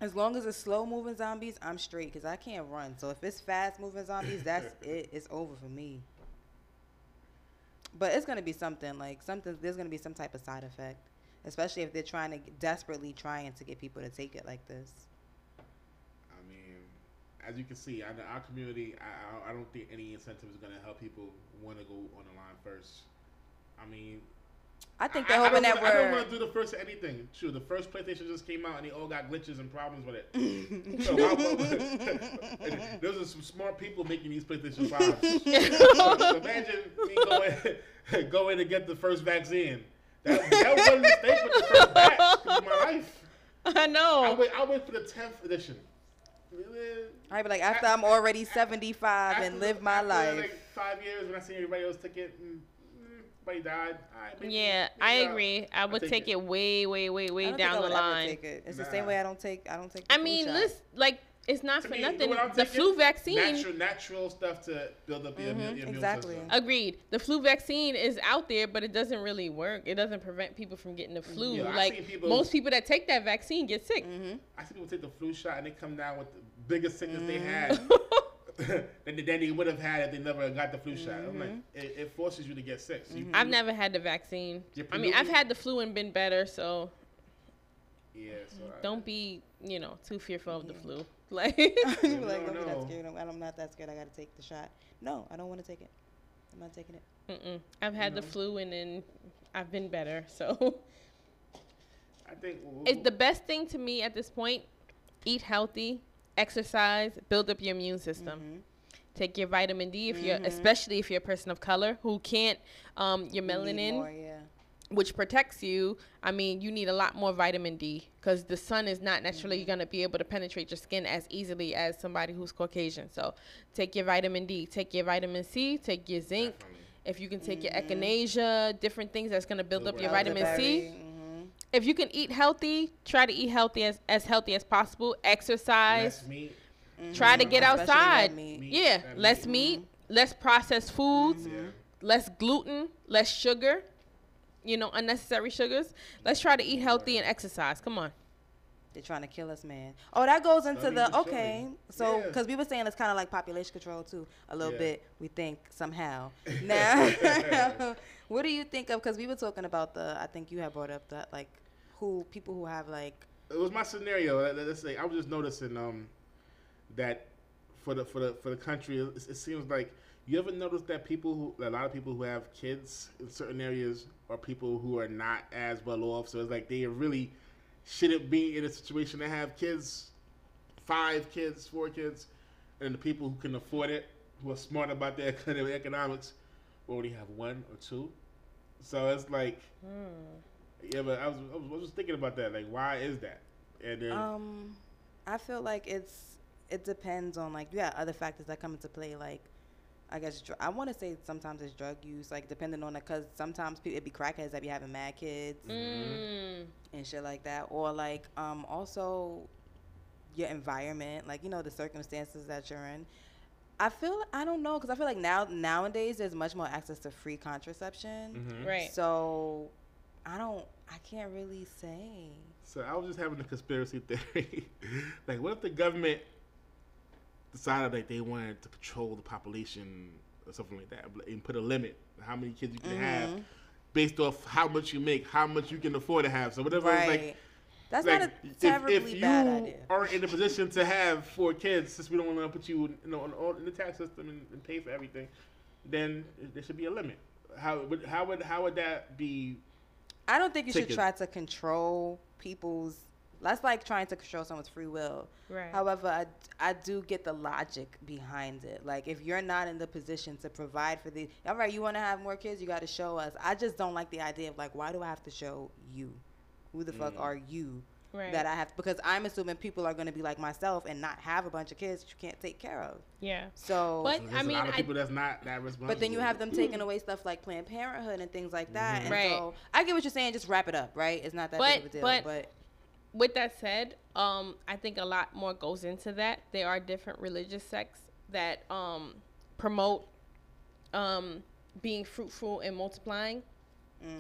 [SPEAKER 3] As long as it's slow moving zombies, I'm straight because I can't run. So if it's fast moving zombies, that's it. It's over for me. But it's gonna be something like something. There's gonna be some type of side effect, especially if they're trying to desperately trying to get people to take it like this.
[SPEAKER 2] I mean, as you can see, I know our community. I, I, I don't think any incentive is gonna help people want to go on the line first. I mean,
[SPEAKER 3] I think they're hoping
[SPEAKER 2] I
[SPEAKER 3] that
[SPEAKER 2] don't wanna- I don't
[SPEAKER 3] we're.
[SPEAKER 2] want to do the first anything. Sure, the first PlayStation just came out and they all got glitches and problems with it. so why, why- and those are some smart people making these PlayStation fives. so, so imagine me going going to get the first vaccine. That, that was a mistake with the first batch of my life.
[SPEAKER 1] I
[SPEAKER 2] I
[SPEAKER 1] know.
[SPEAKER 2] wait. I wait for the tenth edition.
[SPEAKER 3] I'd be like, after I'm already 75
[SPEAKER 2] After
[SPEAKER 3] and
[SPEAKER 2] the-
[SPEAKER 3] live my
[SPEAKER 2] after,
[SPEAKER 3] life.
[SPEAKER 2] Like five years when I seen everybody else take it, and mm, everybody died. All right, maybe-
[SPEAKER 1] Yeah,
[SPEAKER 2] maybe
[SPEAKER 1] I
[SPEAKER 2] I'll-
[SPEAKER 1] agree. I
[SPEAKER 2] I'll
[SPEAKER 1] would take it way, way, way,
[SPEAKER 3] I
[SPEAKER 1] way
[SPEAKER 3] don't think I
[SPEAKER 1] down the
[SPEAKER 3] would ever
[SPEAKER 1] line.
[SPEAKER 3] take it. It's the
[SPEAKER 2] Nah.
[SPEAKER 3] same way I don't take. I don't take. the
[SPEAKER 1] I
[SPEAKER 3] flu
[SPEAKER 1] mean,
[SPEAKER 3] shot.
[SPEAKER 1] listen, like it's not
[SPEAKER 2] To
[SPEAKER 1] for
[SPEAKER 2] me,
[SPEAKER 1] nothing.
[SPEAKER 2] what I'm
[SPEAKER 1] The
[SPEAKER 2] taking,
[SPEAKER 1] flu vaccine.
[SPEAKER 2] Natural, natural stuff to build up your immune, your immune
[SPEAKER 3] exactly.
[SPEAKER 2] system.
[SPEAKER 1] Agreed. The flu vaccine is out there, but it doesn't really work. It doesn't prevent people from getting the flu.
[SPEAKER 2] Yeah, I've seen
[SPEAKER 1] like
[SPEAKER 2] people- Mm.
[SPEAKER 1] most people that take that vaccine get sick.
[SPEAKER 2] I see people take the flu shot and they come down with the biggest sickness they had. than than they would have had if they never got the flu shot. I'm like, it, it forces you to get sick. So you,
[SPEAKER 1] I've never had the vaccine.
[SPEAKER 2] You're
[SPEAKER 1] I mean, I've
[SPEAKER 2] polluting-
[SPEAKER 1] had the flu and been better, so
[SPEAKER 2] yeah, so I-
[SPEAKER 1] don't be, you know, too fearful of the
[SPEAKER 2] Mm-hmm.
[SPEAKER 1] flu. Like,
[SPEAKER 3] People be like,
[SPEAKER 2] No,
[SPEAKER 3] don't be that
[SPEAKER 2] no.
[SPEAKER 3] scared. I'm, I'm not that scared. I gotta take the shot. No, I don't want to take it. I'm not taking it.
[SPEAKER 1] mm-mm. I've had the flu and then I've been better. So,
[SPEAKER 2] I think
[SPEAKER 1] it's the best thing to me at this point. Eat healthy, exercise, build up your immune system.
[SPEAKER 3] Mm-hmm.
[SPEAKER 1] Take your vitamin D if you're, especially if you're a person of color who can't, um, your
[SPEAKER 3] You need
[SPEAKER 1] melanin.
[SPEAKER 3] more, yeah.
[SPEAKER 1] which protects you, I mean, you need a lot more vitamin D because the sun is not naturally
[SPEAKER 3] Mm-hmm.
[SPEAKER 1] going to be able to penetrate your skin as easily as somebody who's Caucasian. So take your vitamin D, take your vitamin C, take your zinc.
[SPEAKER 2] Definitely.
[SPEAKER 1] If you can take your echinacea, different things that's going to build
[SPEAKER 2] Good
[SPEAKER 1] up your
[SPEAKER 2] work.
[SPEAKER 1] vitamin C.
[SPEAKER 3] Mm-hmm.
[SPEAKER 1] If you can eat healthy, try to eat healthy as, as healthy as possible. Exercise.
[SPEAKER 2] less meat.
[SPEAKER 1] Try to get
[SPEAKER 3] mm-hmm. Especially red
[SPEAKER 1] outside.
[SPEAKER 3] meat.
[SPEAKER 2] Meat,
[SPEAKER 1] Yeah,
[SPEAKER 2] red
[SPEAKER 1] less meat, less processed foods
[SPEAKER 2] Yeah.
[SPEAKER 1] less gluten, less sugar, you know, unnecessary sugars. Let's try to eat healthy and exercise. Come on.
[SPEAKER 3] They're trying to kill us, man. Oh, that goes into
[SPEAKER 2] Study
[SPEAKER 3] the
[SPEAKER 2] the
[SPEAKER 3] okay.
[SPEAKER 2] showing.
[SPEAKER 3] So,
[SPEAKER 2] Yeah.
[SPEAKER 3] because we were saying it's kind of like population control too, a little
[SPEAKER 2] Yeah.
[SPEAKER 3] bit. We think somehow. Now, what do you think of? Because we were talking about the. I think you had brought up that like who people who have like
[SPEAKER 2] It was my scenario. Let- Let's say I was just noticing um that for the for the for the country, it, it seems like you ever notice that people who a lot of people who have kids in certain areas are people who are not as well off. So it's like they really shouldn't be in a situation to have kids, five kids, four kids, and the people who can afford it, who are smart about their kind of economics, will only have one or two. So it's like. Yeah, but I was, I was I was just thinking about that. Like, why is that? And then
[SPEAKER 3] Um, I feel like it's it depends on like yeah other factors that come into play like I guess dr- I want to say sometimes it's drug use like depending on the cause sometimes people it be crackheads that be having mad kids
[SPEAKER 2] Mm-hmm.
[SPEAKER 1] Mm.
[SPEAKER 3] and shit like that or like um also your environment like you know the circumstances that you're in. I feel I don't know because I feel like now nowadays there's much more access to free contraception.
[SPEAKER 2] Mhm.
[SPEAKER 1] Mm, Right.
[SPEAKER 3] So I don't. I can't really say.
[SPEAKER 2] So I was just having a conspiracy theory. like, what if the government decided like they wanted to control the population or something like that, and put a limit on how many kids you can have
[SPEAKER 3] Mhm.
[SPEAKER 2] based off how much you make, how much you can afford to have. So whatever,
[SPEAKER 3] right.
[SPEAKER 2] it's like,
[SPEAKER 3] That's
[SPEAKER 2] like
[SPEAKER 3] not a
[SPEAKER 2] if-
[SPEAKER 3] terribly
[SPEAKER 2] if, you
[SPEAKER 3] bad idea.
[SPEAKER 2] are in a position to have four kids, since we don't want to put you, you know, in all- in the tax system and, and pay for everything, then there should be a limit. How would how would how would that be?
[SPEAKER 3] I don't think you should
[SPEAKER 2] Ticket.
[SPEAKER 3] try to control people's. That's like trying to control someone's free will.
[SPEAKER 1] Right.
[SPEAKER 3] However, I, I do get the logic behind it. Like, if you're not in the position to provide for the, all right, you want to have more kids, you got to show us. I just don't like the idea of like, why do I have to show you? Who the
[SPEAKER 2] Mm.
[SPEAKER 3] fuck are you
[SPEAKER 1] right.
[SPEAKER 3] that I have? Because I'm assuming people are going to be like myself and not have a bunch of kids that you can't take care of.
[SPEAKER 1] yeah.
[SPEAKER 3] So,
[SPEAKER 1] But
[SPEAKER 2] There's
[SPEAKER 1] I mean,
[SPEAKER 2] a lot of
[SPEAKER 1] I,
[SPEAKER 2] people that's not that responsible.
[SPEAKER 3] but then you have them
[SPEAKER 2] Mm-hmm.
[SPEAKER 3] taking away stuff like Planned Parenthood and things like that. And
[SPEAKER 1] Right.
[SPEAKER 3] so I get what you're saying. Just wrap it up, right? It's not that big of a
[SPEAKER 1] But-
[SPEAKER 3] deal.
[SPEAKER 1] but-
[SPEAKER 3] but
[SPEAKER 1] with that said, um, I think a lot more goes into that. There are different religious sects that um, promote um, being fruitful and multiplying.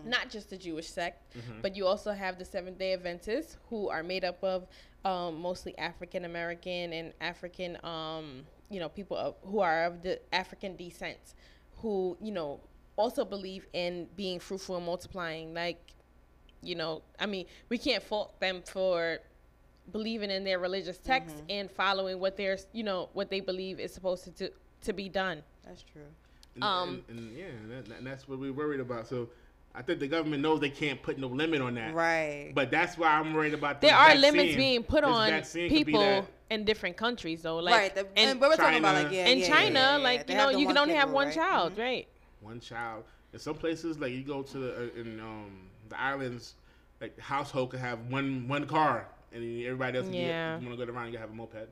[SPEAKER 1] Not just the Jewish sect, but you also have the Seventh Day Adventists, who are made up of um, mostly African American and African, um, you know, people of, who are of the African descent, who you know also believe in being fruitful and multiplying. Like you know i mean we can't fault them for believing in their religious text
[SPEAKER 3] Mm-hmm.
[SPEAKER 1] and following what they're you know what they believe is supposed to do, to be done
[SPEAKER 3] that's true.
[SPEAKER 2] And,
[SPEAKER 1] Um,
[SPEAKER 2] and, and, yeah, that, that- and that's what we're worried about. So I think the government knows they can't put no limit on that.
[SPEAKER 3] Right.
[SPEAKER 2] But that's why I'm worried about.
[SPEAKER 1] there
[SPEAKER 2] this
[SPEAKER 1] are
[SPEAKER 2] vaccine.
[SPEAKER 1] limits being put
[SPEAKER 2] This
[SPEAKER 1] on
[SPEAKER 2] vaccine could be
[SPEAKER 1] people
[SPEAKER 2] that-
[SPEAKER 1] in different countries though like
[SPEAKER 3] right. The, and,
[SPEAKER 1] and,
[SPEAKER 3] but we're talking about
[SPEAKER 2] China.
[SPEAKER 3] like yeah,
[SPEAKER 1] in
[SPEAKER 3] yeah, yeah,
[SPEAKER 1] china
[SPEAKER 3] yeah, yeah.
[SPEAKER 1] like
[SPEAKER 3] They
[SPEAKER 1] you
[SPEAKER 3] have
[SPEAKER 1] know
[SPEAKER 3] the
[SPEAKER 1] you can
[SPEAKER 3] one
[SPEAKER 1] only
[SPEAKER 3] kid
[SPEAKER 1] have
[SPEAKER 3] rule,
[SPEAKER 1] one
[SPEAKER 3] right? Mm-hmm.
[SPEAKER 1] child right
[SPEAKER 2] one child. In some places, like you go to the uh, in um, the islands, like the household could have one one car, and then everybody else.
[SPEAKER 1] Yeah. Mm,
[SPEAKER 2] Yeah. You want to go around, you have a moped.
[SPEAKER 3] Oh.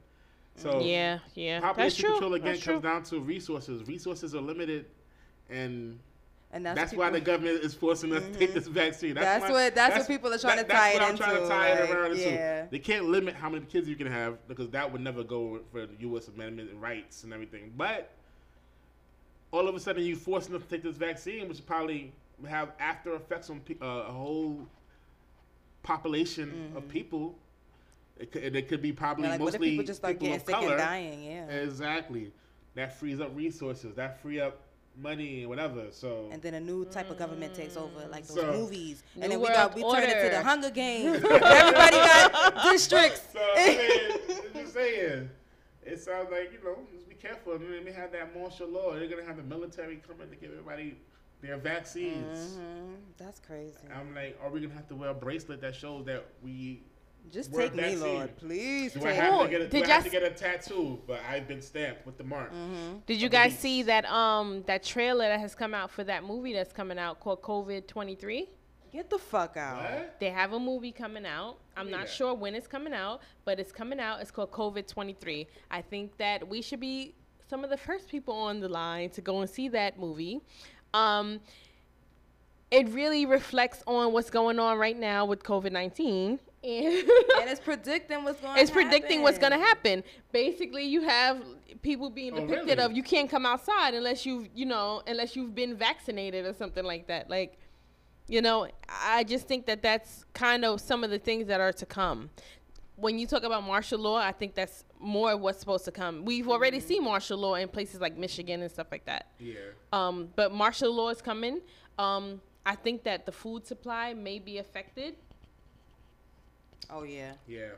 [SPEAKER 2] So
[SPEAKER 1] yeah yeah that's
[SPEAKER 2] population
[SPEAKER 1] true
[SPEAKER 2] control again
[SPEAKER 1] that's
[SPEAKER 2] comes
[SPEAKER 1] true
[SPEAKER 2] down to resources. Resources are limited, and
[SPEAKER 3] And
[SPEAKER 2] that's,
[SPEAKER 3] that's,
[SPEAKER 2] why
[SPEAKER 3] people- Mm-hmm.
[SPEAKER 2] the government is forcing us to take this vaccine.
[SPEAKER 3] That's
[SPEAKER 2] why-
[SPEAKER 3] what- that's what people are trying to
[SPEAKER 2] That's
[SPEAKER 3] tie it
[SPEAKER 2] what I'm trying to
[SPEAKER 3] into,
[SPEAKER 2] tie it
[SPEAKER 3] like,
[SPEAKER 2] around into.
[SPEAKER 3] yeah.
[SPEAKER 2] They can't limit how many kids you can have because that would never go for the U.S. Amendment rights and everything. But all of a sudden, you forcing them to take this vaccine, which probably would have after effects on pe- uh, a whole population of people. It could, and it could be probably
[SPEAKER 3] Mm-hmm. like, what if
[SPEAKER 2] mostly
[SPEAKER 3] people just start getting
[SPEAKER 2] of
[SPEAKER 3] sick
[SPEAKER 2] color.
[SPEAKER 3] and dying? Yeah.
[SPEAKER 2] Exactly. That frees up resources. That free up money and whatever. So
[SPEAKER 3] And then a new type of government takes over, like those
[SPEAKER 2] So-
[SPEAKER 3] movies.
[SPEAKER 1] New
[SPEAKER 3] And then we got
[SPEAKER 1] World
[SPEAKER 3] we turn it to the
[SPEAKER 1] Order.
[SPEAKER 3] Hunger Games. Everybody got districts.
[SPEAKER 2] So I mean, I'm just saying. It sounds like, you know, just be careful. I mean, we have that martial law. They're gonna have the military coming to give everybody their vaccines.
[SPEAKER 1] Mm-hmm.
[SPEAKER 3] Mhm. That's crazy.
[SPEAKER 2] I'm like, are we gonna have to wear a bracelet that shows that we
[SPEAKER 3] Just
[SPEAKER 2] Word
[SPEAKER 3] take me,
[SPEAKER 2] vaccine.
[SPEAKER 3] Lord. Please
[SPEAKER 2] do I
[SPEAKER 3] take
[SPEAKER 2] have
[SPEAKER 1] Cool.
[SPEAKER 2] to get a, do
[SPEAKER 1] Did
[SPEAKER 2] I have
[SPEAKER 1] y'all
[SPEAKER 2] to get a tattoo? But I've been stamped with the mark.
[SPEAKER 1] did you
[SPEAKER 2] the
[SPEAKER 1] guys
[SPEAKER 2] beast.
[SPEAKER 1] see that um that trailer that has come out for that movie that's coming out called covid 23
[SPEAKER 3] Get the fuck out.
[SPEAKER 2] What?
[SPEAKER 1] They have a movie coming out. I'm
[SPEAKER 2] Yeah.
[SPEAKER 1] not sure when it's coming out, but it's coming out. It's called COVID 23. I think that we should be some of the first people on the line to go and see that movie. Um, it really reflects on what's going on right now with COVID 19. And
[SPEAKER 3] And it's predicting what's going. to
[SPEAKER 1] it's predicting what's going to happen. Basically, you have people being
[SPEAKER 2] Oh,
[SPEAKER 1] depicted
[SPEAKER 2] really?
[SPEAKER 1] of you can't come outside unless you've, you know, unless you've been vaccinated or something like that. Like, you know, I just think that that's kind of some of the things that are to come. When you talk about martial law, I think that's more of what's supposed to come. We've already seen martial law in places like Michigan and stuff like that.
[SPEAKER 2] Yeah.
[SPEAKER 1] Um, but martial law is coming. Um, I think that the food supply may be affected.
[SPEAKER 3] Oh yeah,
[SPEAKER 2] Yeah.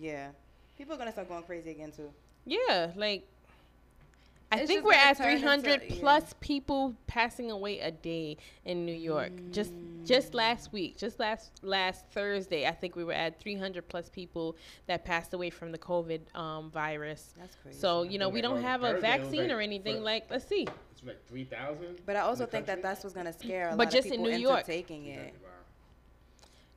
[SPEAKER 3] yeah. People are gonna start going crazy again too.
[SPEAKER 1] Yeah, like I
[SPEAKER 3] It's
[SPEAKER 1] think
[SPEAKER 3] just
[SPEAKER 1] we're
[SPEAKER 3] gonna
[SPEAKER 1] at
[SPEAKER 3] turn into-
[SPEAKER 1] 300
[SPEAKER 3] yeah.
[SPEAKER 1] plus people passing away a day in New York. Just
[SPEAKER 3] Mm.
[SPEAKER 1] just last week, just last last Thursday, I think we were at 300 plus people that passed away from the COVID um, virus.
[SPEAKER 3] That's crazy.
[SPEAKER 1] So you know
[SPEAKER 2] think
[SPEAKER 1] we
[SPEAKER 2] that
[SPEAKER 1] don't
[SPEAKER 2] on
[SPEAKER 1] have a
[SPEAKER 2] Thursday it was
[SPEAKER 1] vaccine
[SPEAKER 2] like
[SPEAKER 1] or anything.
[SPEAKER 2] for-
[SPEAKER 1] Like let's see.
[SPEAKER 2] It's like three thousand.
[SPEAKER 3] but I also think that that's what's gonna scare a
[SPEAKER 1] But
[SPEAKER 3] lot
[SPEAKER 1] just
[SPEAKER 3] of
[SPEAKER 1] in
[SPEAKER 3] people
[SPEAKER 1] New
[SPEAKER 3] into
[SPEAKER 1] York.
[SPEAKER 3] taking it.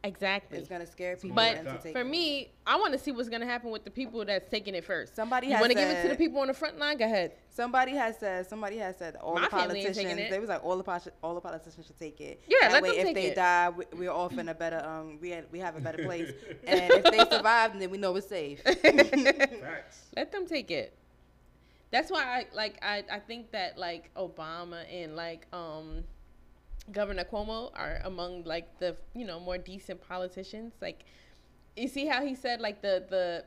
[SPEAKER 1] Exactly.
[SPEAKER 3] It's gonna scare people
[SPEAKER 1] But
[SPEAKER 3] into taking
[SPEAKER 1] For
[SPEAKER 3] it.
[SPEAKER 1] me, I want to see what's gonna happen with the people that's taking it first.
[SPEAKER 3] Somebody
[SPEAKER 1] you
[SPEAKER 3] has
[SPEAKER 1] want to give it to the
[SPEAKER 3] said-
[SPEAKER 1] people on the front line? Go ahead.
[SPEAKER 3] Somebody has said. Somebody has said all
[SPEAKER 1] My
[SPEAKER 3] the
[SPEAKER 1] family ain't
[SPEAKER 3] politicians.
[SPEAKER 1] taking it.
[SPEAKER 3] They was like all the pos- all the politicians should take it.
[SPEAKER 1] Yeah,
[SPEAKER 3] that
[SPEAKER 1] let
[SPEAKER 3] way
[SPEAKER 1] them
[SPEAKER 3] if
[SPEAKER 1] take
[SPEAKER 3] they
[SPEAKER 1] it.
[SPEAKER 3] die, we, we're off in a better um we had, we have a better place. and if they survive, then we know it's safe.
[SPEAKER 2] Facts.
[SPEAKER 1] Let them take it. That's why I like I, I think that like Obama and like um Governor Cuomo are among like the you know more decent politicians. Like you see how he said like the the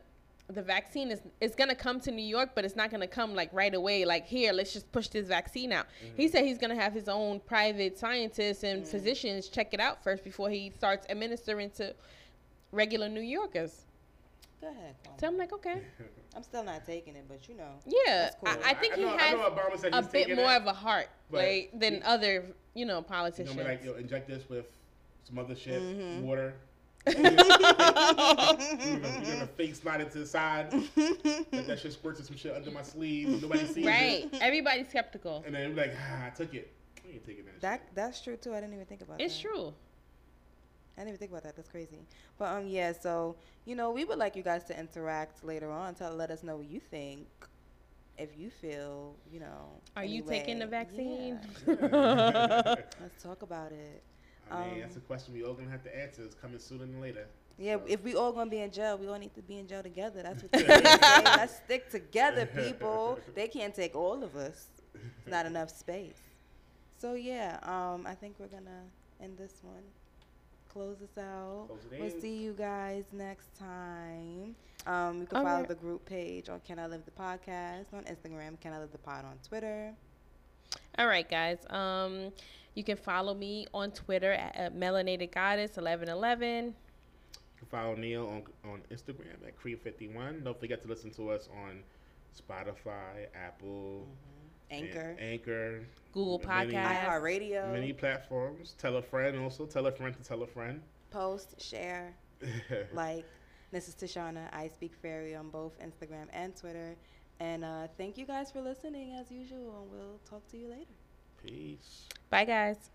[SPEAKER 1] the vaccine is it's gonna come to New York, but it's not gonna come like right away. Like here, let's just push this vaccine out. He said he's gonna have his own private scientists and physicians check it out first before he starts administering to regular New Yorkers.
[SPEAKER 3] Go ahead. Kwame.
[SPEAKER 1] So I'm like, okay,
[SPEAKER 3] I'm still not taking it, but you know.
[SPEAKER 1] yeah,
[SPEAKER 3] That's cool.
[SPEAKER 1] I, I think
[SPEAKER 2] know-
[SPEAKER 1] he
[SPEAKER 2] I
[SPEAKER 1] has
[SPEAKER 2] know Obama said
[SPEAKER 1] a
[SPEAKER 2] he's taking
[SPEAKER 1] bit more
[SPEAKER 2] it.
[SPEAKER 1] of a heart,
[SPEAKER 2] but
[SPEAKER 1] right, than
[SPEAKER 2] he-
[SPEAKER 1] other you know
[SPEAKER 2] You know,
[SPEAKER 1] politicians.
[SPEAKER 2] be like, yo, inject this with some other shit,
[SPEAKER 1] Mm-hmm.
[SPEAKER 3] Mhm.
[SPEAKER 2] water. You're gonna, you're gonna face slide it to the side. Let that shit squirt to some shit under my sleeve. Nobody sees
[SPEAKER 1] right?
[SPEAKER 2] it.
[SPEAKER 1] Everybody's skeptical.
[SPEAKER 2] And then you're like, ah, I took it. I ain't taking that.
[SPEAKER 3] that
[SPEAKER 2] shit.
[SPEAKER 3] that's true too. I didn't even think about that.
[SPEAKER 1] It's true.
[SPEAKER 3] I didn't even think about that. That's crazy. But um, yeah. So you know, we would like you guys to interact later on. To let us know what you think. If you feel, you know,
[SPEAKER 1] Are you
[SPEAKER 3] any
[SPEAKER 1] taking the
[SPEAKER 3] way.
[SPEAKER 1] vaccine?
[SPEAKER 3] Yeah. Let's talk about it.
[SPEAKER 2] I mean,
[SPEAKER 3] Um,
[SPEAKER 2] that's a question we all gonna have to answer. It's coming sooner than later.
[SPEAKER 3] Yeah,
[SPEAKER 2] So-
[SPEAKER 3] if we all gonna be in jail, we all need to be in jail together. That's what. they say. Let's stick together, people. They can't take all of us. It's not enough space. So yeah, um, I think we're gonna end this one. Close this out.
[SPEAKER 2] Close it
[SPEAKER 3] We'll
[SPEAKER 2] in.
[SPEAKER 3] see you guys next time. Um, you can
[SPEAKER 1] All
[SPEAKER 3] follow
[SPEAKER 1] right.
[SPEAKER 3] the group page on Can I Live the Podcast on Instagram, Can I Live the Pod on Twitter.
[SPEAKER 1] All right, guys. Um, you can follow me on Twitter at, at Melanated Goddess eleven eleven.
[SPEAKER 2] You can follow Neil on, on Instagram at Cream51. Don't forget to listen to us on Spotify, Apple, and
[SPEAKER 3] Anchor,
[SPEAKER 2] Anchor,
[SPEAKER 1] Google
[SPEAKER 2] Many-
[SPEAKER 1] Podcast.
[SPEAKER 3] iHeartRadio,
[SPEAKER 2] many platforms. Tell a friend also. Tell a friend to tell a friend.
[SPEAKER 3] post, share. like this is Tashana. I speak fairy on both Instagram and Twitter. And uh, thank you guys for listening as usual, and we'll talk to you later.
[SPEAKER 2] Peace.
[SPEAKER 1] Bye, guys.